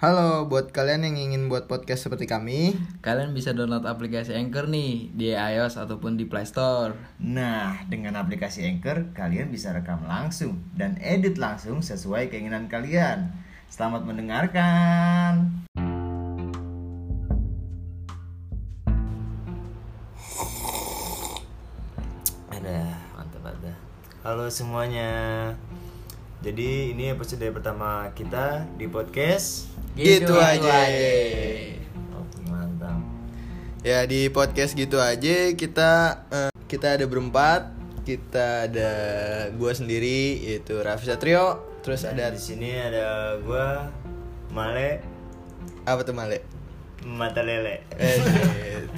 Halo, buat kalian yang ingin buat podcast seperti kami. Kalian bisa download aplikasi Anchor nih di iOS ataupun di Play Store. Nah, dengan aplikasi Anchor, kalian bisa rekam langsung dan edit langsung sesuai keinginan kalian. Selamat mendengarkan. Ada, mantap ada. Halo semuanya. Jadi ini episode pertama kita di podcast. Gitu aja. Oh, mantap. Ya di podcast gitu aja kita eh, kita ada berempat, kita ada gua sendiri yaitu Raffi Satrio, terus Dan ada di sini ada gua Male apa tuh Male? Mata Lele. Eh,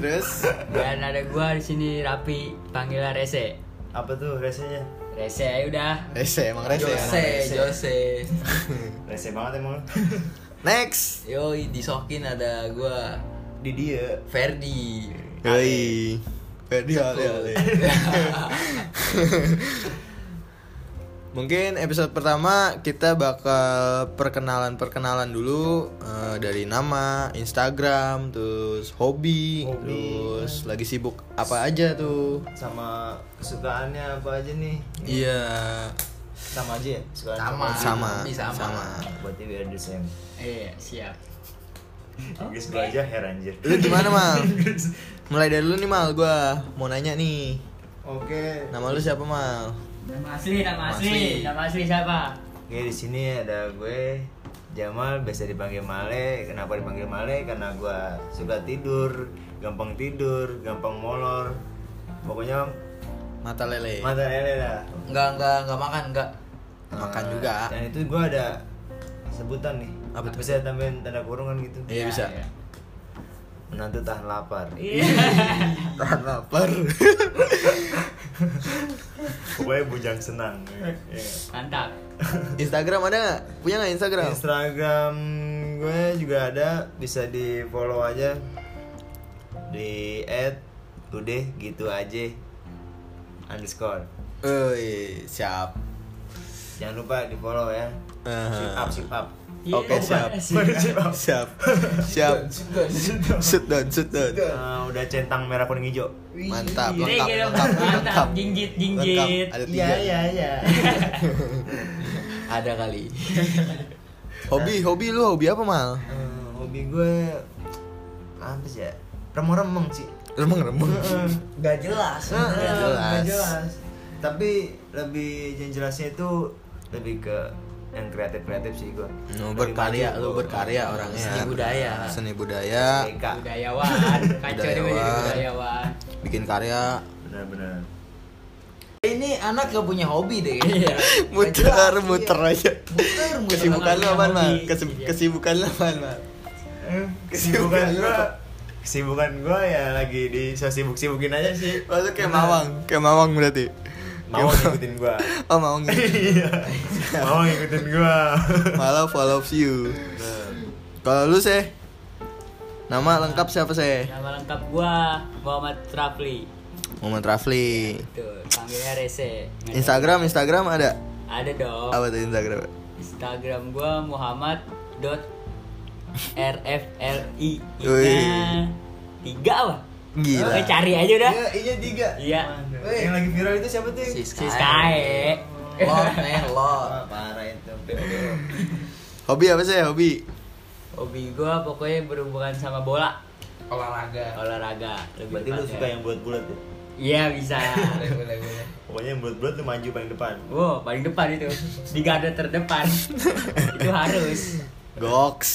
terus Dan ada gua di sini Rapi, panggilan Rese. Apa tuh rasanya? Rese ayo udah. Rese emang Rese. ya? Jose, Jose. Rese banget emang. Next. Yoi, disokin ada gua di dia. Ferdi. Hei. Ferdi Ale Ale. Mungkin episode pertama kita bakal perkenalan-perkenalan dulu eh, dari nama, Instagram, terus hobi, Hobi. terus lagi sibuk apa aja tuh. Sama kesukaannya apa aja nih? Iya, Sama aja ya? Kesukaan sama, sama. Bisa sama. Berarti we are the same. Iya, siap. Inggris gua aja her anjir. Lu gimana, Mal? Mulai dari lu nih, Mal. Gua mau nanya nih. Oke. Nama lu siapa, Mal? Nama asli, nama Asli. asli, nama asli siapa? Oke, di sini ada gue Jamal biasa dipanggil Male. Kenapa dipanggil Male? Karena gua suka tidur, gampang tidur, gampang molor. Pokoknya Mata lele. mata lele dah. Enggak, enggak, enggak makan, enggak. Makan Nah, juga. Dan itu gue ada sebutan nih. Apa tuh? Bisa tambahin tanda kurungan gitu. Iya, bisa. Menantu tahan lapar. Iya. Tahan lapar. Pokoknya bujang senang. Iya. Mantap. Instagram ada nggak? Punya nggak Instagram? Instagram gue juga ada, bisa di follow aja di at udah gitu aja underscore. Oi, siap. Jangan lupa di follow ya. Sip up, Aha. sip up. Iya, Oke, siap. Baru sip up. Siap. Siap. Sit down, sit down. Nah, udah centang merah kuning hijau. Mantap, Ini lengkap, kira- lengkap, lengkap. mantap, jinjit, jinjit. Lengkap, Ada tiga. iya. Ada kali. Hobi, hobi lu hobi apa, Mal? Eh, hobi gue apa sih ya remong-remong sih Remeng-remeng. Enggak jelas. Nggak jelas. tapi lebih yang jelasnya itu lebih ke yang kreatif kreatif sih gue Lu Oh, berkarya, lu berkarya orangnya. Iya. Seni budaya. Seni budaya, benar Budayawan, kacau dia menjadi Budayawan. budayawan. bikin karya. benar Ini anak gak punya hobi deh. Iya. Muter, muter aja. Muter, muter. Kesibukan lu apa, Mal? Hobi. Kesib- Kesibukan lu apa, Mal? kesibukan Kesibukan gue apa? kesibukan gue ya lagi di so sibuk sibukin aja sih Lu Oh, kayak mawang, kayak mawang berarti. mau ngikutin gue Oh, mawang. iya mau ngikutin gue Malah follows you. Kalau lu sih Nama lengkap siapa sih? iya. Nama lengkap gua Muhammad Rafli. Muhammad Rafli. Tuh, panggilnya Rese. Nggak Instagram, Instagram ada. tahu. Ada dong. Apa tuh Instagram? Instagram gua Muhammad dot RFLI. Wih. Nya tiga apa? Gila. Eh, cari aja udah. iya iya tiga Iya. yang lagi viral itu siapa tuh Si Si Sky. Sky. Lot, eh, men, lot. Wah, parah itu PO. Hobi apa sih? Hobi. Hobi gua pokoknya berhubungan sama bola, Olahraga. olahraga. Lebih Berarti lu tepatnya. suka yang bulat-bulat ya? Iya bisa. Boleh, boleh. Pokoknya yang bulat-bulat lu maju paling depan. Wow, paling depan itu. Di garda terdepan. itu harus. Goks.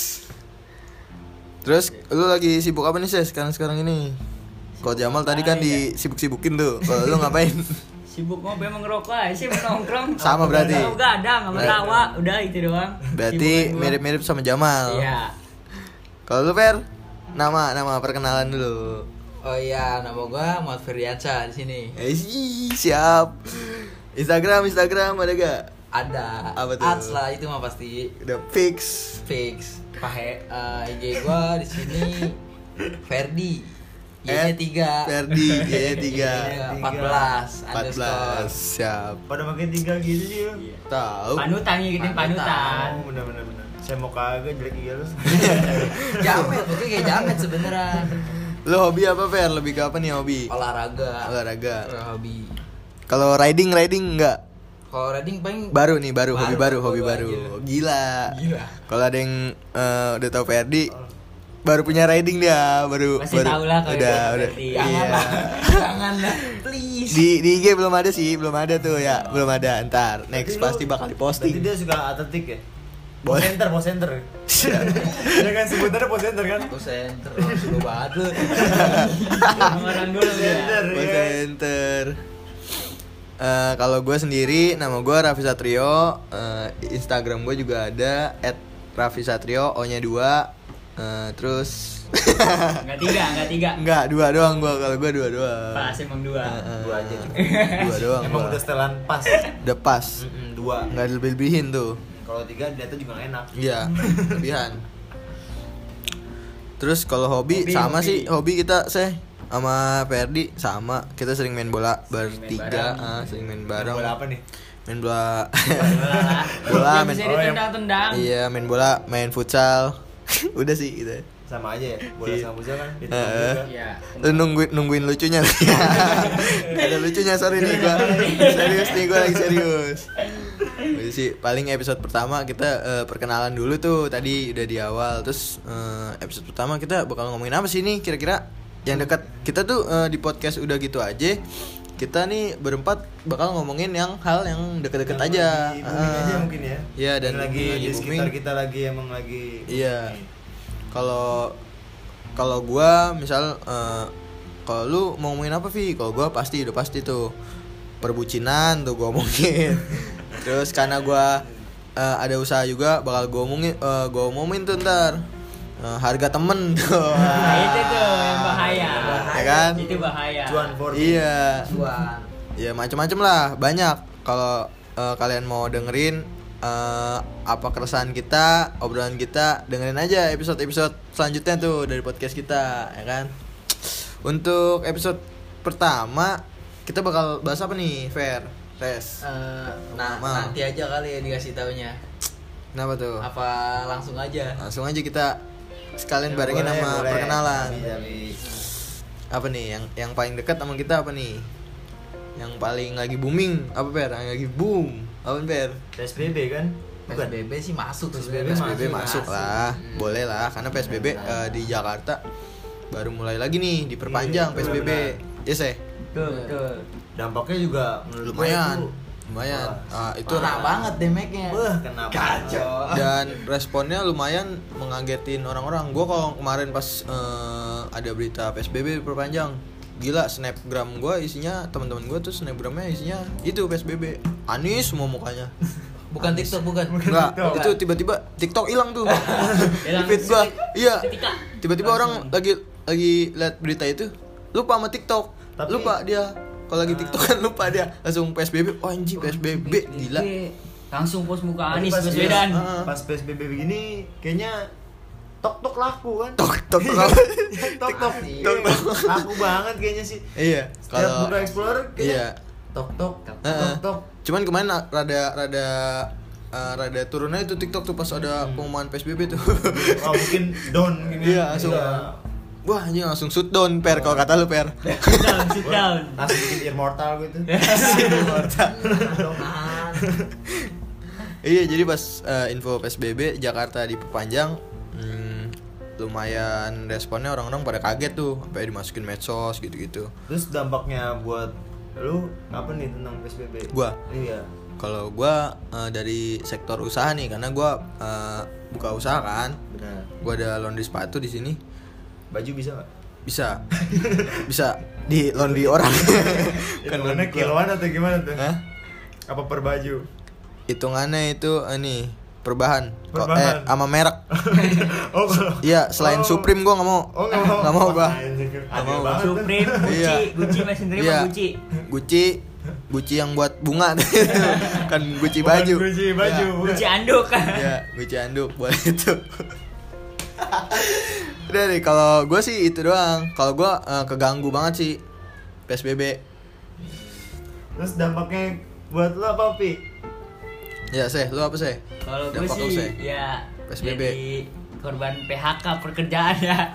Terus lu lagi sibuk apa nih sih sekarang sekarang ini? Kalau Jamal tadi Nah, kan iya. di sibuk-sibukin tuh. Kalau lu ngapain? Sibuk ngopi emang ngerokok aja sih, mau nongkrong. Sama berarti. Sama gadang, sama Berarti. tawa, udah itu doang. Berarti Sibukan gua. mirip-mirip sama Jamal. Iya. Kalau lu Fer, nama nama perkenalan dulu. Oh iya, nama gua Muhammad Ferdiansyah di sini. Eh, sih, siap. Instagram, Instagram ada gak? Ada Apa tuh? ads lah itu mah pasti Udah fix. fix. Pahe eh, IG gua di sini Ferdi. At Y-nya 3. Ferdi, Y-nya tiga. Iya, 14 14 underscore. siap. Pada makin tiga gitu sih lu. Tahu. Oh. Panutan ngikutin Panutan. panutan. Oh, benar benar benar. saya mau kagak jelek iya lu jamet pokoknya kayak jamet sebenarnya Lo hobi apa Fer? Lebih ke apa nih hobi? olahraga Olahraga. hobi Kalau riding riding enggak? kalau riding paling Baru nih, baru, hobi baru, Baru, hobi baru. baru Gila. Gila. Kalau ada yang eh, udah tahu Ferdi baru punya riding dia, baru Pasti baru- tahu lah kalau udah, itu udah. Ferdi. Iya. jangan lah jangan lah please Di di IG belum ada sih, belum ada tuh ya, belum ada. Ntar next Berarti lu- pasti bakal berarti diposting. dia suka atletik ya Boleh. Pos center, pos center. Dia kan sebutannya pos center kan? aku center Oh, seru banget lu Iya. orang dulu ya. Call center. Eh, kalau gue sendiri, nama gue Raffi Satrio. Eh, Instagram gue juga ada @raffisatrio, O-nya dua. Eh, terus Enggak tiga, enggak tiga. Enggak, dua doang gua kalau gua dua dua. Pas emang dua. Ya. Dua aja. Dua doang. Emang gua. udah Hmm. setelan pas. udah pas. Mm-mm, Dua. Enggak lebih-lebihin tuh. Kalau tiga dia tuh juga nggak enak. Iya, lebihan. Terus kalau hobi, Hobi, sama hobi. sih, hobi kita seh sama Ferdi sama. Kita sering main bola bertiga, bareng. ah, sering main Barang. bareng. Bola apa nih? Main bola. Bola, Bola men. Bisa Oh, yang- ditendang-tendang. iya, main bola, main futsal. udah sih gitu. Sama aja ya. Bola Iya. sama Musa kan. Itu Heeh. juga. Iya. Lu nungguin nungguin lucunya. Gak ada lucunya sorry nih gua. Serius nih gua lagi serius. Jadi sih paling episode pertama kita eh, perkenalan dulu tuh tadi udah di awal. Terus eh, episode pertama kita bakal ngomongin apa sih nih kira-kira yang dekat kita tuh eh, di podcast udah gitu aja. Kita nih berempat bakal ngomongin yang hal yang deket-deket Yang aja. lagi booming aja Ah. mungkin ya. Iya dan Yang lagi, di sekitar kita lagi emang lagi. Iya. booming. Kalau kalau gua misal eh, kalau lu mau ngomongin apa Vi? Kalau gua pasti udah pasti tuh perbucinan tuh gua omongin. Terus karena gua eh, ada usaha juga bakal gua omongin eh, gua omongin tuh ntar Eh, harga temen tuh. Nah, itu tuh yang bahaya. Ya kan? Itu bahaya. Cuan for Iya. tuan Ya macam-macam lah banyak. Kalau eh, kalian mau dengerin eh, apa keresahan kita, obrolan kita, dengerin aja episode-episode selanjutnya tuh dari podcast kita, ya kan? Untuk episode pertama kita bakal bahas apa nih, Fair? Tes. Eh, nah Mau. nanti aja kali ya dikasih taunya Kenapa tuh? apa langsung aja Langsung aja kita sekalian barengin Ya, Boleh, sama boleh. perkenalan. Bisa, bisa. Apa nih yang yang paling dekat sama kita apa nih? Yang paling lagi booming apa, Fair? Yang lagi boom. Apa, Fair? PSBB kan? Bukan. PSBB sih masuk Hmm. PSBB PSBB masuk Masuk, lah, boleh lah karena PSBB eh, di Jakarta baru mulai lagi nih diperpanjang Iya, PSBB. Ya seh, Betul, betul. Dampaknya juga menurut gua lumayan, itu- lumayan. Wah, Ah, itu Itu enak banget ya. damage-nya. Wah, kenapa? Kacau. dan responnya lumayan mengagetin orang-orang. Gue kalau kemarin pas eh, ada berita PSBB diperpanjang, gila snapgram gue isinya teman-teman gue tuh snapgramnya isinya itu PSBB. Anis semua mukanya. Bukan TikTok, bukan. Enggak, Bukan. itu tiba-tiba TikTok hilang tuh. Di Gitu. Hilang. feed gua. Iya. Seketika. Tiba-tiba orang lagi lagi lihat berita itu lupa sama TikTok. Tapi- lupa dia. Kalau lagi TikTok kan lupa dia langsung PSBB. Oh anjing PSBB gila. Langsung pos muka Tapi Anies pas- Baswedan. Heeh. Pas PSBB begini kayaknya tok tok laku kan? Tok tok. tok. tok tok Pasti. tok tok laku banget kayaknya sih Iya. setiap Kalau buka explorer iya. kayaknya tok tok Heeh. tok tok Cuman kemarin na- rada rada eh, rada turunnya itu TikTok tuh pas ada pengumuman PSBB tuh. oh mungkin down mungkin ya. Iya, langsung. Wah, anjing langsung shutdown per kalau kata lu per. Sit down, sit down. langsung bikin immortal gitu Apaan? Iya jadi pas eh, info PSBB Jakarta diperpanjang hmm, lumayan responnya orang-orang pada kaget tuh sampai dimasukin medsos gitu-gitu. terus dampaknya buat lu apa nih tentang PSBB? Gua? Iya. Kalau gua eh, dari sektor usaha nih karena gua eh, buka usaha kan. Benar. Gua ada laundry sepatu di sini Baju bisa nggak? bisa bisa di laundry orang. Bukan Hitungannya laundry Kan gua. kiloan atau gimana tuh? Hah? Apa per baju? Hitungannya itu eh, nih perbahan. Ko- Eh, Perbahan. sama merek. oh, kalau Iya, selain Oh. Supreme gua nggak mau. Oh, nggak mau. Nggak mau, Bah. Anjing, Nggak aneh mau. banget. Supreme, Iya. Gucci, Gucci masih terima Iya. Gucci. Gucci, Gucci yang buat bunga tuh. kan Gucci Bukan baju. Iya. Gucci baju. bukan. Gucci anduk. Ya, ya, Gucci anduk buat itu. Udah deh, kalau gue sih itu doang. Kalau gue keganggu banget sih PSBB. Terus dampaknya buat lu apa, Pi? Ya, Seh, lu apa, Seh? Kalau gue Dampak lu, sih Seh. ya PSBB. jadi korban PHK pekerjaan ya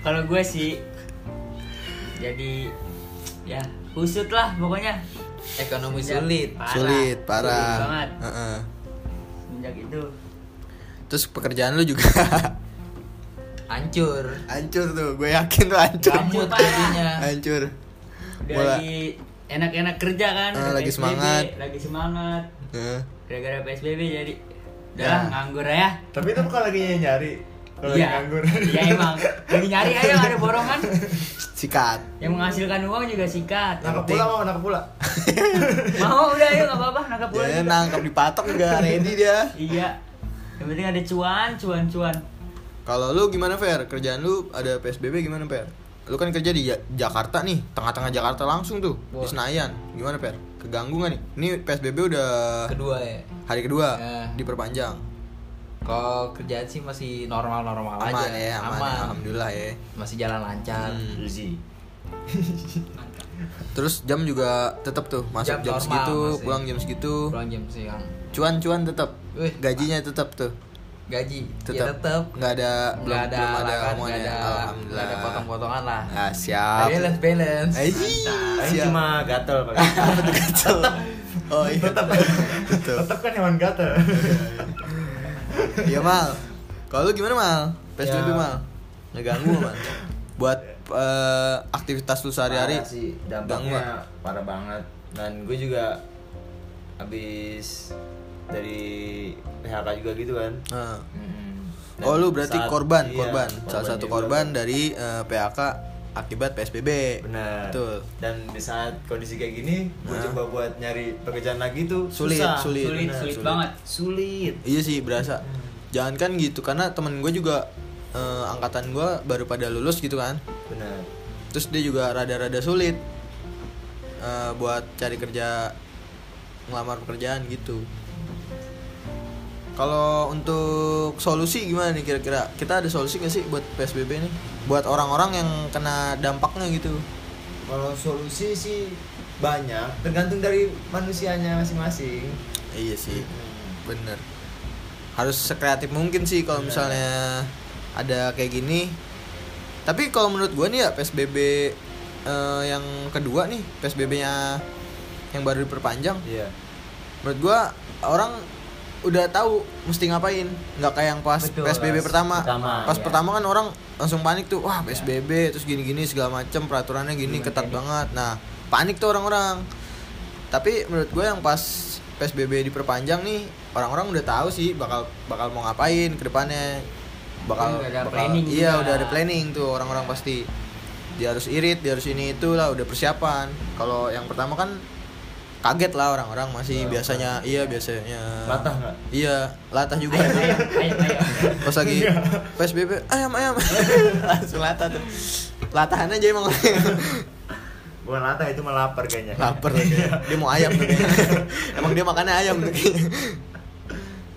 kalau gue sih jadi ya kusut lah pokoknya Ekonomi Semenjak- sulit. parah. Sulit, Sulit parah. banget Heeh. semenjak itu Terus pekerjaan lu juga hancur hancur tuh, gue yakin tuh hancur. Gamut Parah. jadinya Hancur. udah Bola. lagi enak-enak kerja kan Eh, udah lagi PSBB, semangat. lagi semangat Heeh. gara-gara PSBB jadi udah Ya. lah, nganggur ya Tapi itu bukan lagi nyari kalau lagi Iya. nganggur. Iya emang lagi nyari aja ada borongan Sikat. yang menghasilkan uang juga sikat Nangkep pula mau nangkep pula. mau udah ayo nggak apa-apa nangkap bola Ya, juga. nangkap dipatok juga ready dia. iya yang penting ada cuan cuan cuan Kalau lu gimana Fer? Kerjaan lu ada PSBB gimana Fer? Lu kan kerja di Ja- Jakarta nih, tengah-tengah Jakarta langsung tuh, di Wah. Senayan. Gimana Fer? Keganggu gak nih? Ini PSBB udah kedua ya hari kedua, Ya. diperpanjang. kalau kerjaan sih masih normal normal Aman aja ya, aman, ya, alhamdulillah ya. masih jalan lancar Hmm. Luzi. Terus jam juga tetap tuh, masuk Jam jam, normal segitu, masih. pulang jam segitu. pulang jam siang Cuan-cuan tetap. Wih, Gajinya tetap tuh. gaji ya Tetap. tetap Nggak ada belum, belum nggak ada ada halangan, nggak omongannya. ada nggak alhamdulillah. ada potong-potongan lah Ah, siap. balance balance Eh, Paling siap. cuma gatel paling. Oh iya. Tetap. Tetap. Tetap kan hewan gatel. Iya mal. Kalau lu gimana mal? PSBB Ya. mal? Ngeganggu mal? Buat eh, aktivitas lu sehari-hari? Parah sih ganggu nggak? dampaknya parah banget dan gue juga habis dari PHK juga gitu kan Nah. Mm-mm. Oh Dan lu berarti saat- korban, iya, korban, salah satu juga. korban dari eh, PHK akibat PSBB. benar Betul. dan di saat kondisi kayak gini gue coba buat nyari pekerjaan lagi tuh Sulit, susah. sulit. sulit Benar. sulit sulit. banget sulit Iya sih berasa. Jangan kan gitu karena temen gue juga eh, angkatan gue baru pada lulus gitu kan. benar Terus dia juga rada-rada sulit eh, buat cari kerja ngelamar pekerjaan gitu. Kalau untuk solusi gimana nih kira-kira? Kita ada solusi nggak sih buat PSBB nih? Buat orang-orang yang kena dampaknya gitu. kalau solusi sih banyak tergantung dari manusianya masing-masing Iya sih, Hmm. bener. Harus sekreatif mungkin sih kalau misalnya ada kayak gini. Tapi kalau menurut gua nih ya PSBB eh, yang kedua nih, PSBB-nya yang baru diperpanjang. iya menurut gua orang udah tahu mesti ngapain nggak kayak yang pas Betul, psbb pas pertama, pertama, pas iya. pertama kan orang langsung panik tuh wah psbb terus gini-gini segala macem peraturannya Iya, gini ketat banget nah panik tuh orang-orang tapi menurut gue yang pas psbb diperpanjang nih orang-orang udah tahu sih bakal bakal mau ngapain ke depannya bakal Udah ada bakal- planning iya juga. udah ada planning tuh orang-orang pasti dia harus irit dia harus ini itulah udah persiapan kalau yang pertama kan kaget lah orang-orang masih biasanya iya biasanya Latah nggak? Iya. iya latah juga ayo ayo ayo ayo pas lagi psbb ayam ayam langsung latah tuh latahan aja emang bukan latah itu melapar kayaknya lapar tuh Iya. kayaknya. dia mau ayam tuh kayaknya. emang dia makannya ayam tuh kayaknya.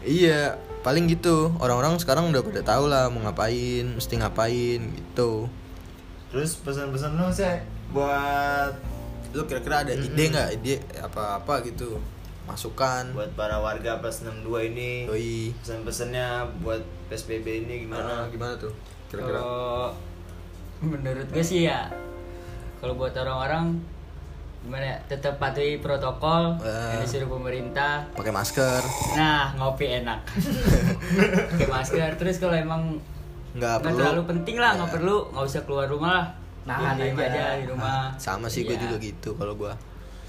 iya paling gitu orang-orang sekarang udah pada tahu lah mau ngapain mesti ngapain gitu terus pesan-pesan lu saya buat lu kira-kira ada ide nggak ide apa-apa gitu masukan buat para warga plus 62 ini doi pesan-pesannya buat PSBB ini gimana gimana gimana tuh kira-kira Nah. Kalau menurut gue sih ya kalau buat orang-orang gimana ya, tetap patuhi protokol Eh. yang disuruh pemerintah. pakai masker Nah, ngopi enak. Pakai masker. Terus kalau emang nggak perlu terlalu penting lah, Ya. nggak perlu, nggak usah keluar rumah lah. Nahan Diem aja. di rumah. Nah, sama sih gue Iya. juga gitu kalau gue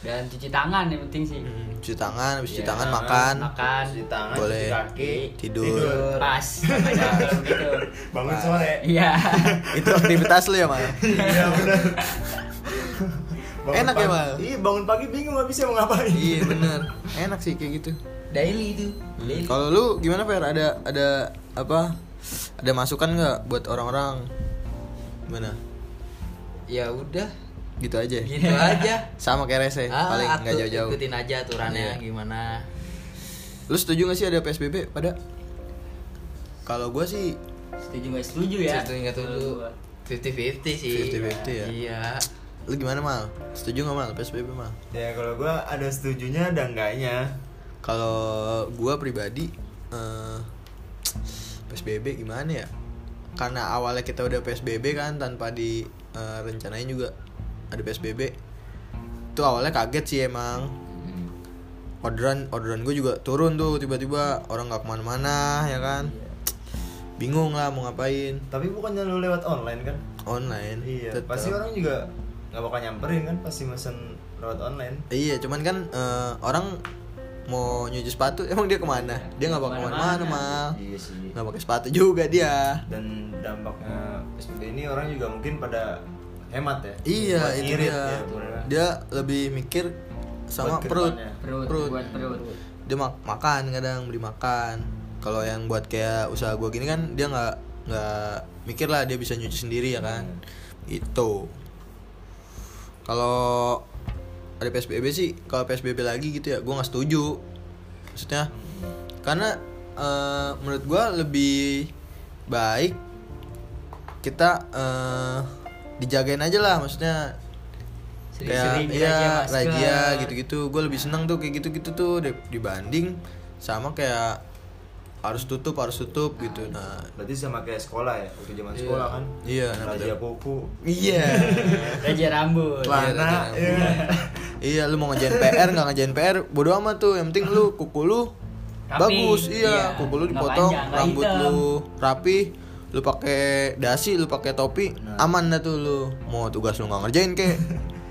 Dan cuci tangan yang penting sih. Hmm, cuci tangan habis cuci Iya, tangan makan Makan. cuci tangan Boleh. cuci kaki Tidur. Pas. Makanya kalau begitu. gitu. bangun sore Iya. itu aktivitas lu ya mal iya benar Enak ya, pagi- Mal? iya bangun pagi bingung nggak bisa mau ngapain iya bener enak sih kayak gitu daily itu Hmm, daily kalau lu gimana Fer ada ada apa ada masukan nggak buat orang-orang gimana ya udah gitu aja gitu aja sama kayak rese Ah, paling nggak atu- jauh-jauh ikutin aja aturannya Iya. gimana lu setuju gak sih ada psbb pada kalau gue sih Setuju nggak setuju ya? setuju nggak setuju fifty fifty sih 50-50 ya. iya lu gimana mal setuju nggak mal psbb mal ya kalau gua ada setujunya ada enggaknya kalau gua pribadi eh PSBB gimana ya? Karena awalnya kita udah PSBB kan tanpa di eh, rencanain juga ada PSBB. Itu awalnya kaget sih emang. Orderan orderan gue juga turun tuh tiba-tiba orang nggak kemana-mana ya kan. Iya. Bingung lah mau ngapain Tapi bukannya lu lewat online kan? online. Iya. tetep. Pasti orang juga nggak bakal nyamperin kan? Pasti mesen lewat online. Iya, cuman kan eh, orang mau nyuci sepatu emang dia kemana? Dia nggak bakal Kemana-mana. kemana-mana mal. Iya sih. Nggak pakai sepatu juga dia. Dan dampaknya PSBB ini orang juga mungkin pada hemat ya. Iya Buat itu ngirit dia. ya, turunnya. Dia lebih mikir sama Buat ke perut. depannya. Perut, Perut. buat perut. Dia mak- makan kadang beli makan. Kalau yang buat kayak usaha gua gini kan dia nggak nggak mikir lah dia bisa nyuci sendiri ya kan. Gitu. Kalau ada PSBB sih, kalau PSBB lagi gitu ya, gua nggak setuju. Maksudnya karena eh, menurut gua lebih baik kita eh, dijagain aja lah maksudnya Sering-sering kayak iya razia masker. razia gitu-gitu gue lebih senang tuh kayak gitu-gitu tuh di- dibanding sama kayak harus tutup harus tutup gitu nah Berarti sama kayak sekolah ya, waktu zaman sekolah kan? Iya, nah, Raja betul. Pupu. iya Raja rambut. Iya, nah, Celana, iya. iya lu mau ngejain PR nggak ngejain PR bodo amat tuh yang penting lu kuku lu Rapi. bagus iya, Iya, kuku lu nggak dipotong panjang, nggak rambut hitam. lu rapi lu pakai dasi lu pakai topi aman dah tuh lu mau tugas lu nggak ngerjain kek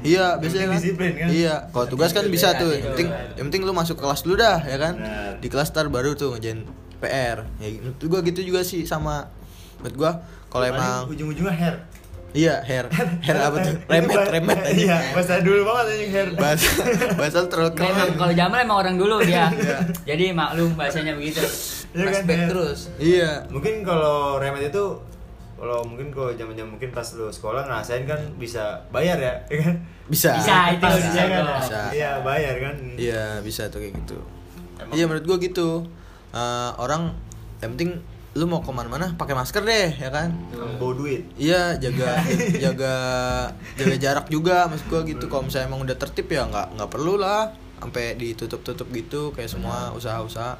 iya biasanya kan, penting disiplin, kan? iya kalau tugas kan bisa Disiplin, tuh iya, yang penting bener. yang penting lu masuk kelas dulu dah ya kan Bener. di kelas tar baru tuh ngejain PR ya menurut gua gitu juga sih sama menurut gua kalau Paling emang ujung-ujungnya hair. Iya, hair. Hair apa tuh? Ini Remet, bah- remet aja. Iya, bahasa dulu banget aja hair. Bahasa bahasa lu terlalu Nah, keren. emang kalau Jamal emang orang dulu dia. Iya. Jadi maklum bahasanya begitu. Iya kan, flashback hair. terus Iya. Mungkin kalau remet itu kalau mungkin kalau zaman-zaman mungkin pas lu sekolah ngerasain kan bisa bayar ya, ya kan? Bisa. Bisa itu Pas, bisa. ya kan? Bang. Bisa. Iya, bayar kan. Iya, bisa tuh kayak gitu. Emang- Iya, menurut gua gitu. Eh, orang yang penting lu mau kemana mana pakai masker deh, ya kan? Embo duit. Iya, jaga jaga jaga jarak juga maksud gua gitu. Kalau misalnya emang udah tertib ya nggak nggak perlu lah sampai ditutup-tutup gitu kayak semua usaha-usaha.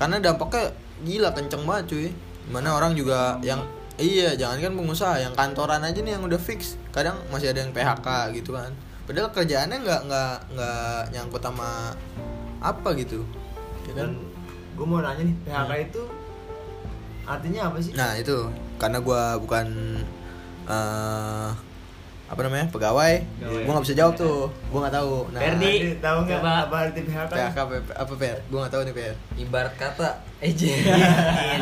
Karena dampaknya gila kenceng banget cuy. Mana orang juga yang iya, jangan kan pengusaha yang kantoran aja nih yang udah fix. Kadang masih ada yang PHK gitu kan. Padahal kerjaannya nggak nggak nggak nyangkut sama apa gitu. Ya kan? Dan gue mau nanya nih, PHK itu artinya apa sih? Iya. Nah itu karena gua bukan eh apa namanya pegawai, Pegawai. gua nggak bisa jawab tuh, gua nggak tahu. Nah, Ferdi. Adi, tahu nggak Coba. apa arti PHK? PHK apa- apa PR? Gua nggak tahu nih PR. ibarat kata Iya. eja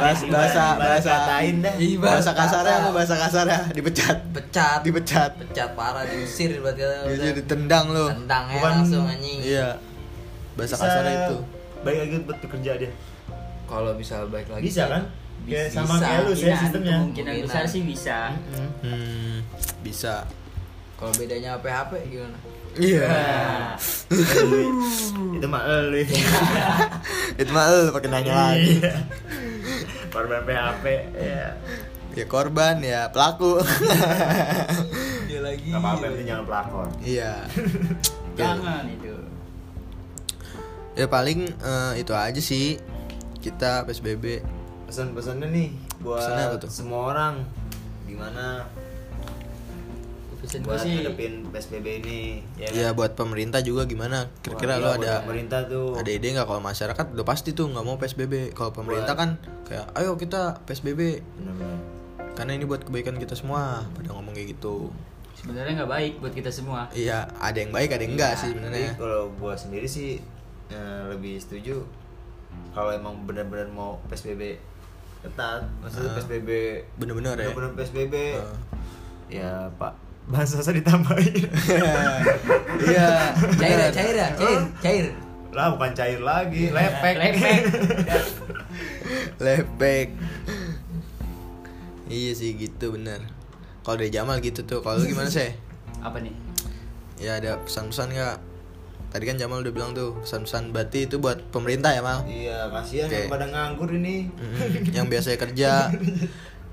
Bahasa bahasa bahasa katain dah. Ibarat bahasa kasarnya kata. apa bahasa kasarnya dipecat, pecat dipecat, pecat parah diusir ibarat kata Dia ditendang lo. tendang ya Bukan- langsung anjing Iya. Bahasa Bisa kasarnya itu. Baik lagi buat bekerja dia. kalau bisa balik lagi Bisa kan? Kayak Bisa. sama kayak lu saya Iya, sistemnya. Kemungkinan besar sih bisa. Hmm, bisa. kalau bedanya PHP gimana Iya. Nah, Itu mah lu. Itu mah lu pakai nanya lagi. Iya. Korban PHP ya. Ya korban ya pelaku. dia lagi Enggak apa-apa, yang penting jangan pelakor. Iya. Jangan itu. Ya paling eh, itu aja sih kita PSBB. Pesan-pesannya nih Pesannya apa buat tuh? semua orang gimana Pesan gue buat sih ngadepin PSBB ini ya. kan? Ya buat pemerintah juga gimana? Kira-kira Wah, lo iya, buat ada pemerintah tuh. ada ide nggak kalau masyarakat udah pasti tuh nggak mau PSBB. Kalau pemerintah Buat- kan kayak ayo kita PSBB Bener-bener. karena ini buat kebaikan kita semua. Pada ngomong kayak gitu. sebenarnya nggak baik buat kita semua. Iya, ada yang baik, ada yang enggak sih Tapi sebenarnya. kalau gua sendiri sih eh, lebih setuju kalau emang benar-benar mau PSBB ketat, maksudnya PSBB Ah. Bener-bener ya. benar-benar PSBB. Ah. Ya, Pak, bahasa saya ditambahin. Iya. cair ya bener. cair ya cair cair lah, bukan cair lagi, Iya. lepek. Lepek. Lepek. Iya sih gitu bener. Kalau dari Jamal gitu tuh. Kalau lu gimana sih? Apa nih? Ya ada pesan-pesan nggak? Tadi kan Jamal udah bilang tuh pesan-pesan berarti itu buat pemerintah ya Mal. Iya, kasihan Oke. Mm-hmm. yang pada nganggur ini. Mm-mm, yang biasanya kerja.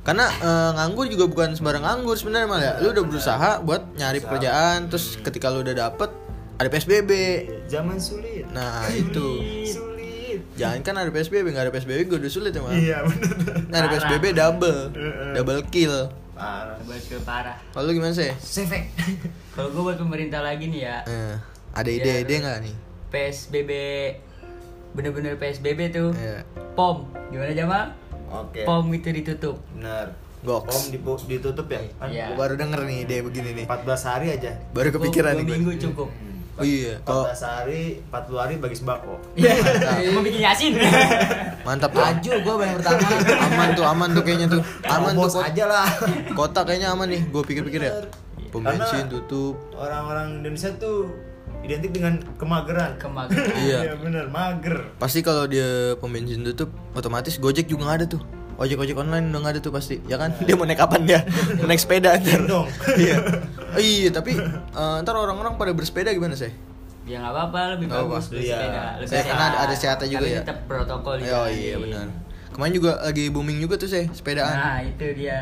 Karena eh, nganggur juga bukan sembarang nganggur sebenarnya Mal ya. Lu udah berusaha buat nyari pekerjaan, terus ketika lu udah dapet ada PSBB. Zaman sulit. Nah itu Sulit. Jangan kan ada PSBB, nggak ada PSBB gue udah sulit ya mah. Iya bener Nah, ada Parah. PSBB double, Heeh. double kill. parah Buat ke parah. Kalau lu gimana sih? Sefek. Kalau gue buat pemerintah lagi nih ya, Eh, ada Biar- ide-ide nggak nih? PSBB bener-bener PSBB tuh. Iya. Pom, gimana Jamal? oke Pom itu ditutup. bener Goks. Om dipu- ditutup ya kan Iya. Gua baru denger nih ide begini nih. 14 hari aja Baru kepikiran Dua nih. gua. minggu cukup. Oh iya, kalau 14 hari 40 hari bagi sembako Iya. Mau bikin yasin. Iya. mantap tuh. Maju gua bayang pertama. Aman tuh, aman tuh kayaknya tuh. Aman tuh bos kot- aja lah kota kayaknya aman nih. Gue pikir-pikir ya. Pom Karena- bensin tutup. orang-orang Indonesia tuh identik dengan kemageran Kemageran. Iya. bener mager Pasti kalau dia pom bensin tutup, otomatis Gojek juga nggak ada tuh. Ojek ojek online udah nggak ada tuh pasti, ya kan? Dia mau naik kapan dia? Mau naik sepeda ntar. Dong. iya. Iya, tapi eh, ntar orang-orang pada bersepeda gimana sih? Ya nggak apa-apa, lebih Nggak bagus apa. beli Iya. sepeda. Lebih Saya karena ada- ada sehatnya juga Tapi ya. Tetap protokol Oh iya benar. Kemarin juga lagi booming juga tuh sih sepedaan. Nah itu dia. Iya,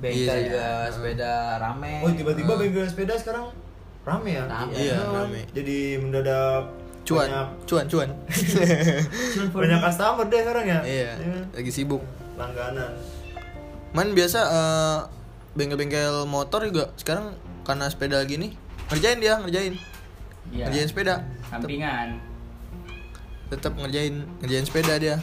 Bengkel iya. juga sepeda rame. oh tiba-tiba Ah. bengkel sepeda sekarang rame ya Rame. Iya, Nah, rame. jadi mendadak cuan, banyak, cuan, cuan. banyak customer deh sekarang ya iya, lagi sibuk. langganan Man biasa eh, bengkel-bengkel motor juga sekarang karena sepeda gini ngerjain dia ngerjain Iya. ngerjain sepeda Tetep- Sampingan. tetap ngerjain ngerjain sepeda dia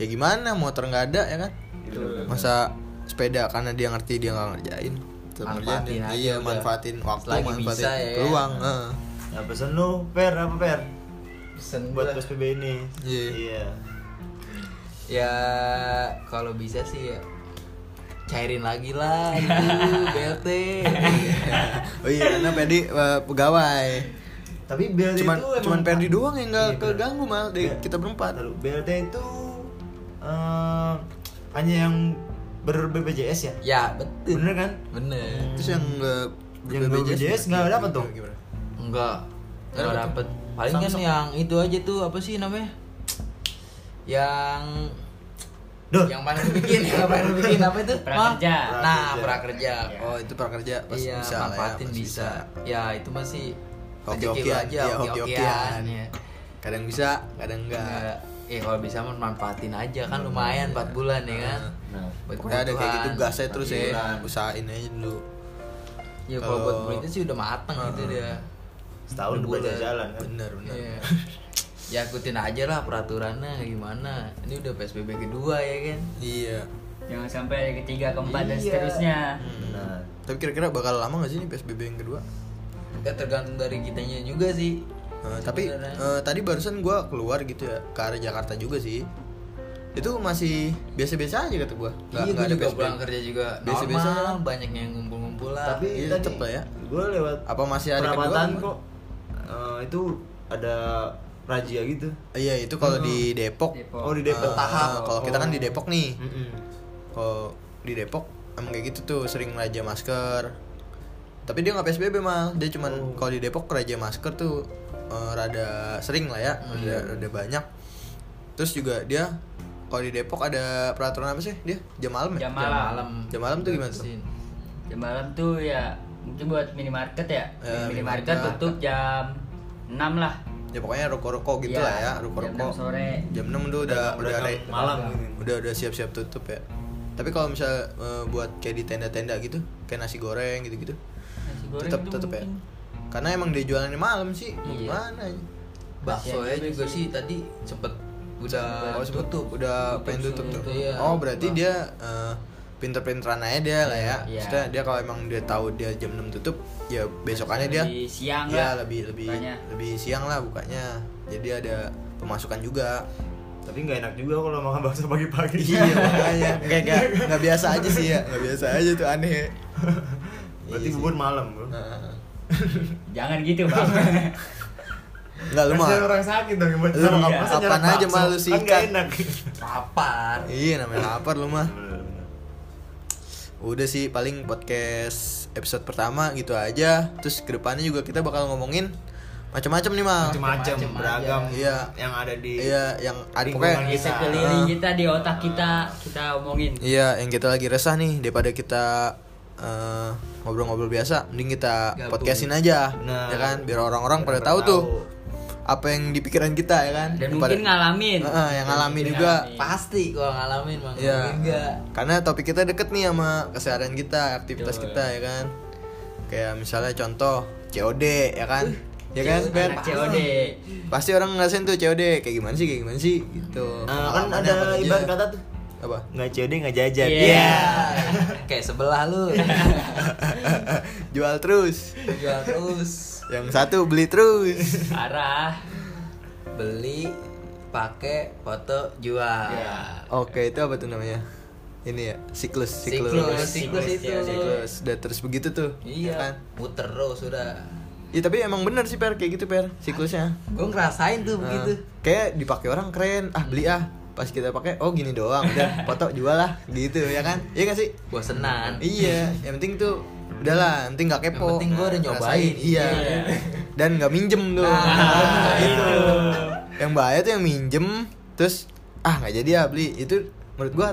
ya gimana motor nggak ada ya kan Betul. masa sepeda karena dia ngerti dia nggak ngerjain Tetep ngerjain Manfaatin dia. aja iya udah. manfaatin waktu Selagi manfaatin bisa ya. peluang eh. nah pesen lu per apa per Pesen buat gua. PSBB ini Iya. iya Ya kalau bisa sih ya cairin lagi lah aduh, BLT. oh iya karena Perdi eh, pegawai tapi BLT cuman itu emang cuman Perdi doang yang nggak Iya, bener. keganggu mal dari kita berempat Lalu BLT itu eh, hanya yang ber BPJS ya ya Iya. betul. bener kan Bener. terus yang nggak Yang nggak BPJS nggak dapat tuh. gimana? Enggak. Enggak dapet. Paling kan yang itu aja tuh apa sih namanya? Yang Duh. yang paling bikin, yang paling bikin apa itu? Prakerja. Hah? Nah, prakerja. oh Oh, itu prakerja pasti iya, bisa lah ya, manfaatin pasti bisa. Ya, itu masih Hoki-hokian, rezeki lu aja, iya, hoki-hokian. hoki-hokian. Ya. kadang bisa kadang Enggak. nggak Ya kalau bisa manfaatin aja kan lumayan 4 bulan ya kan. Nah. Buat Pokoknya ada kayak gitu kebutuhan. gasnya terus ya Hiburan. usahain aja dulu Ya kalau Kalau- buat berita sih udah mateng gitu dia. setahun Udah udah belajar bulat. jalan kan bener bener Iya. ya ikutin aja lah peraturannya kayak gimana. Ini udah PSBB kedua ya kan. iya Jangan sampai ada ketiga, keempat dan Iya. seterusnya. Benar. tapi kira-kira bakal lama gak sih ini psbb yang kedua Ya tergantung dari kitanya juga sih. Eh, tapi Sebenarnya. eh, tadi barusan gua keluar gitu ya ke arah Jakarta juga sih itu masih biasa-biasa aja kata gua nggak iya, nggak gue ada juga PSBB. pulang kerja juga normal, Biasa-biasa kan? banyak yang ngumpul-ngumpul lah. tapi Iya, tadi tetep lah ya. gue lewat Apa masih hari kedua perawatan gimana? kok eh, itu ada razia gitu iya itu kalau di Depok, Depok. oh eh, di Depok Oh. kalau kita kan di Oh. Depok nih Mm-mm. kalau di Depok emang kayak gitu tuh sering raja masker tapi dia nggak psbb mal dia cuman kalau di Depok raja masker tuh eh, rada sering lah ya rada, rada banyak terus juga dia kalau di Depok ada peraturan apa sih dia jam malam ya Jam malam. Jam malam tuh gimana tuh? Bersihin. Jam malam tuh ya mungkin buat minimarket ya. Ya, Eh, minimarket minimarket. tutup jam 6 lah. ya pokoknya ruko-ruko gitu Iya, lah ya jam enam ruko-ruko sore. jam 6 tuh udah udah Pedagang re- malam gitu. udah udah siap-siap tutup ya tapi kalau misalnya eh, buat kayak di tenda-tenda gitu kayak nasi goreng gitu-gitu Nasi goreng tetap tuh tetap ya mungkin. karena emang dia jualannya malam sih mau Iya. gimana ya Bakso ya Kasihan juga sih tadi sempet udah oh sebut tuh udah Tutup, pengen tutup tuh tutup, iya. oh berarti dia eh, pinter-pinteran aja dia lah ya Iya. Maksudnya dia kalau emang dia tahu dia jam 6 tutup ya besokannya dia Lebih siang ya lah lebih lebih bukanya. lebih siang lah bukanya jadi ada pemasukan juga tapi nggak enak juga kalau makan bakso pagi-pagi iya makanya nggak nggak nggak biasa aja sih ya nggak biasa aja tuh aneh berarti Iya sih. bubur malam bro Nah. Jangan gitu, Bang. Iya. nggak lu mah Kasihan orang sakit dong yang buat Lu sama mau kamu. Masa apaan nyerap aja, malu bakso? kan nggak sikat. enak lapar. iya namanya lapar lu mah Bener-bener. Udah sih paling podcast episode pertama gitu aja. Terus kedepannya juga kita bakal ngomongin macam-macam nih mal. macam-macam Macem-macem beragam Iya. yang ada di Iya yang ada Lingkungan pokoknya. kita. Kita keliling gitu. kita di otak kita kita omongin. Iya yang kita lagi resah nih daripada kita eh, ngobrol-ngobrol biasa, mending kita Gabung. podcastin aja, Benar. ya kan? Biar orang-orang Biar pada tahu tuh. apa yang di pikiran kita ya kan dan Daripada- mungkin ngalamin Heeh, Eh, yang ngalami Mungkin juga. ngalamin. Pasti gua ngalamin bang. Iya. Enggak. Karena topik kita deket nih sama keseharian kita, aktivitas Betul. kita ya kan. Kayak misalnya contoh COD ya kan. ya kan, Ben? anak COD Pasti orang ngerasain tuh COD kayak gimana sih, kayak gimana sih gitu. Nah, kan Pengalamannya apa ada aja. ibarat kata tuh apa? nggak COD nggak jajan. Iya. Iya. Kayak sebelah lu. Jual terus. Jual terus, Yang satu beli terus. parah beli, pakai, foto, jual. Iya. Oke, itu apa tuh namanya? Ini ya, siklus, siklus. Siklus, Siklus, siklus itu. Siklus. Udah terus begitu tuh. ya Iya. kan? Muter terus udah. Ya tapi emang bener sih Per kayak gitu Per, siklusnya. Gua ngerasain tuh Gitu, begitu. Nah, kayak dipakai orang keren ah beli ah pas kita pakai oh gini doang udah foto jual lah gitu ya kan iya gak sih Gua senang. iya yang penting tuh udahlah yang penting gak kepo Yang penting gua udah nyobain. Rasain, iya Iya. dan nggak minjem tuh Nah, itu itu. yang bahaya tuh yang minjem terus ah nggak jadi ya beli itu menurut gua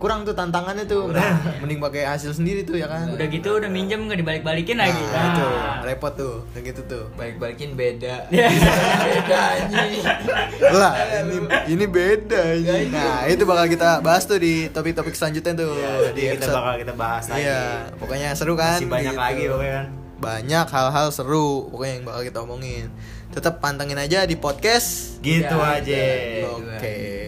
kurang tuh tantangannya tuh Nah, mending pakai hasil sendiri tuh ya kan udah gitu udah minjem nggak dibalik balikin nah, lagi Nah. itu repot tuh kayak gitu tuh Balik-balikin beda. Iya, Nah. beda anjing. lah ini ini beda Ya, ini. nah itu bakal kita bahas tuh di topik-topik selanjutnya tuh Iya, Jadi kita bakal kita bahas lagi. iya pokoknya seru kan Masih banyak gitu. lagi pokoknya kan. banyak hal-hal seru pokoknya yang bakal kita omongin tetap pantengin aja di podcast Gitu Iya, aja. iya, iya. oke